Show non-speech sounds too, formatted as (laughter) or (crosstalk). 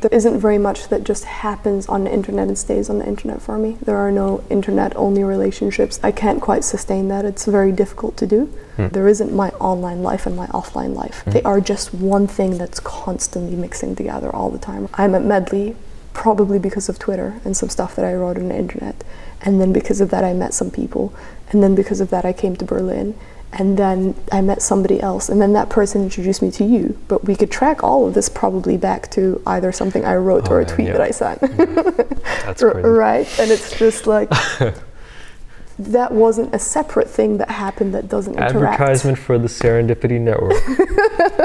there isn't very much that just happens on the internet and stays on the internet for me. There are no internet only relationships. I can't quite sustain that. It's very difficult to do. There isn't my online life and my offline life. They are just one thing that's constantly mixing together all the time. I'm at Medley probably because of Twitter and some stuff that I wrote on the internet. And then because of that, I met some people. And then because of that, I came to Berlin. And then I met somebody else. And then that person introduced me to you. But we could track all of this probably back to either something I wrote Oh, or a man, tweet yeah. that I (laughs) sent. That's R- (laughs) crazy. right? And it's just (laughs) like. That wasn't a separate thing that happened that doesn't interact. Advertisement for the Serendipity Network.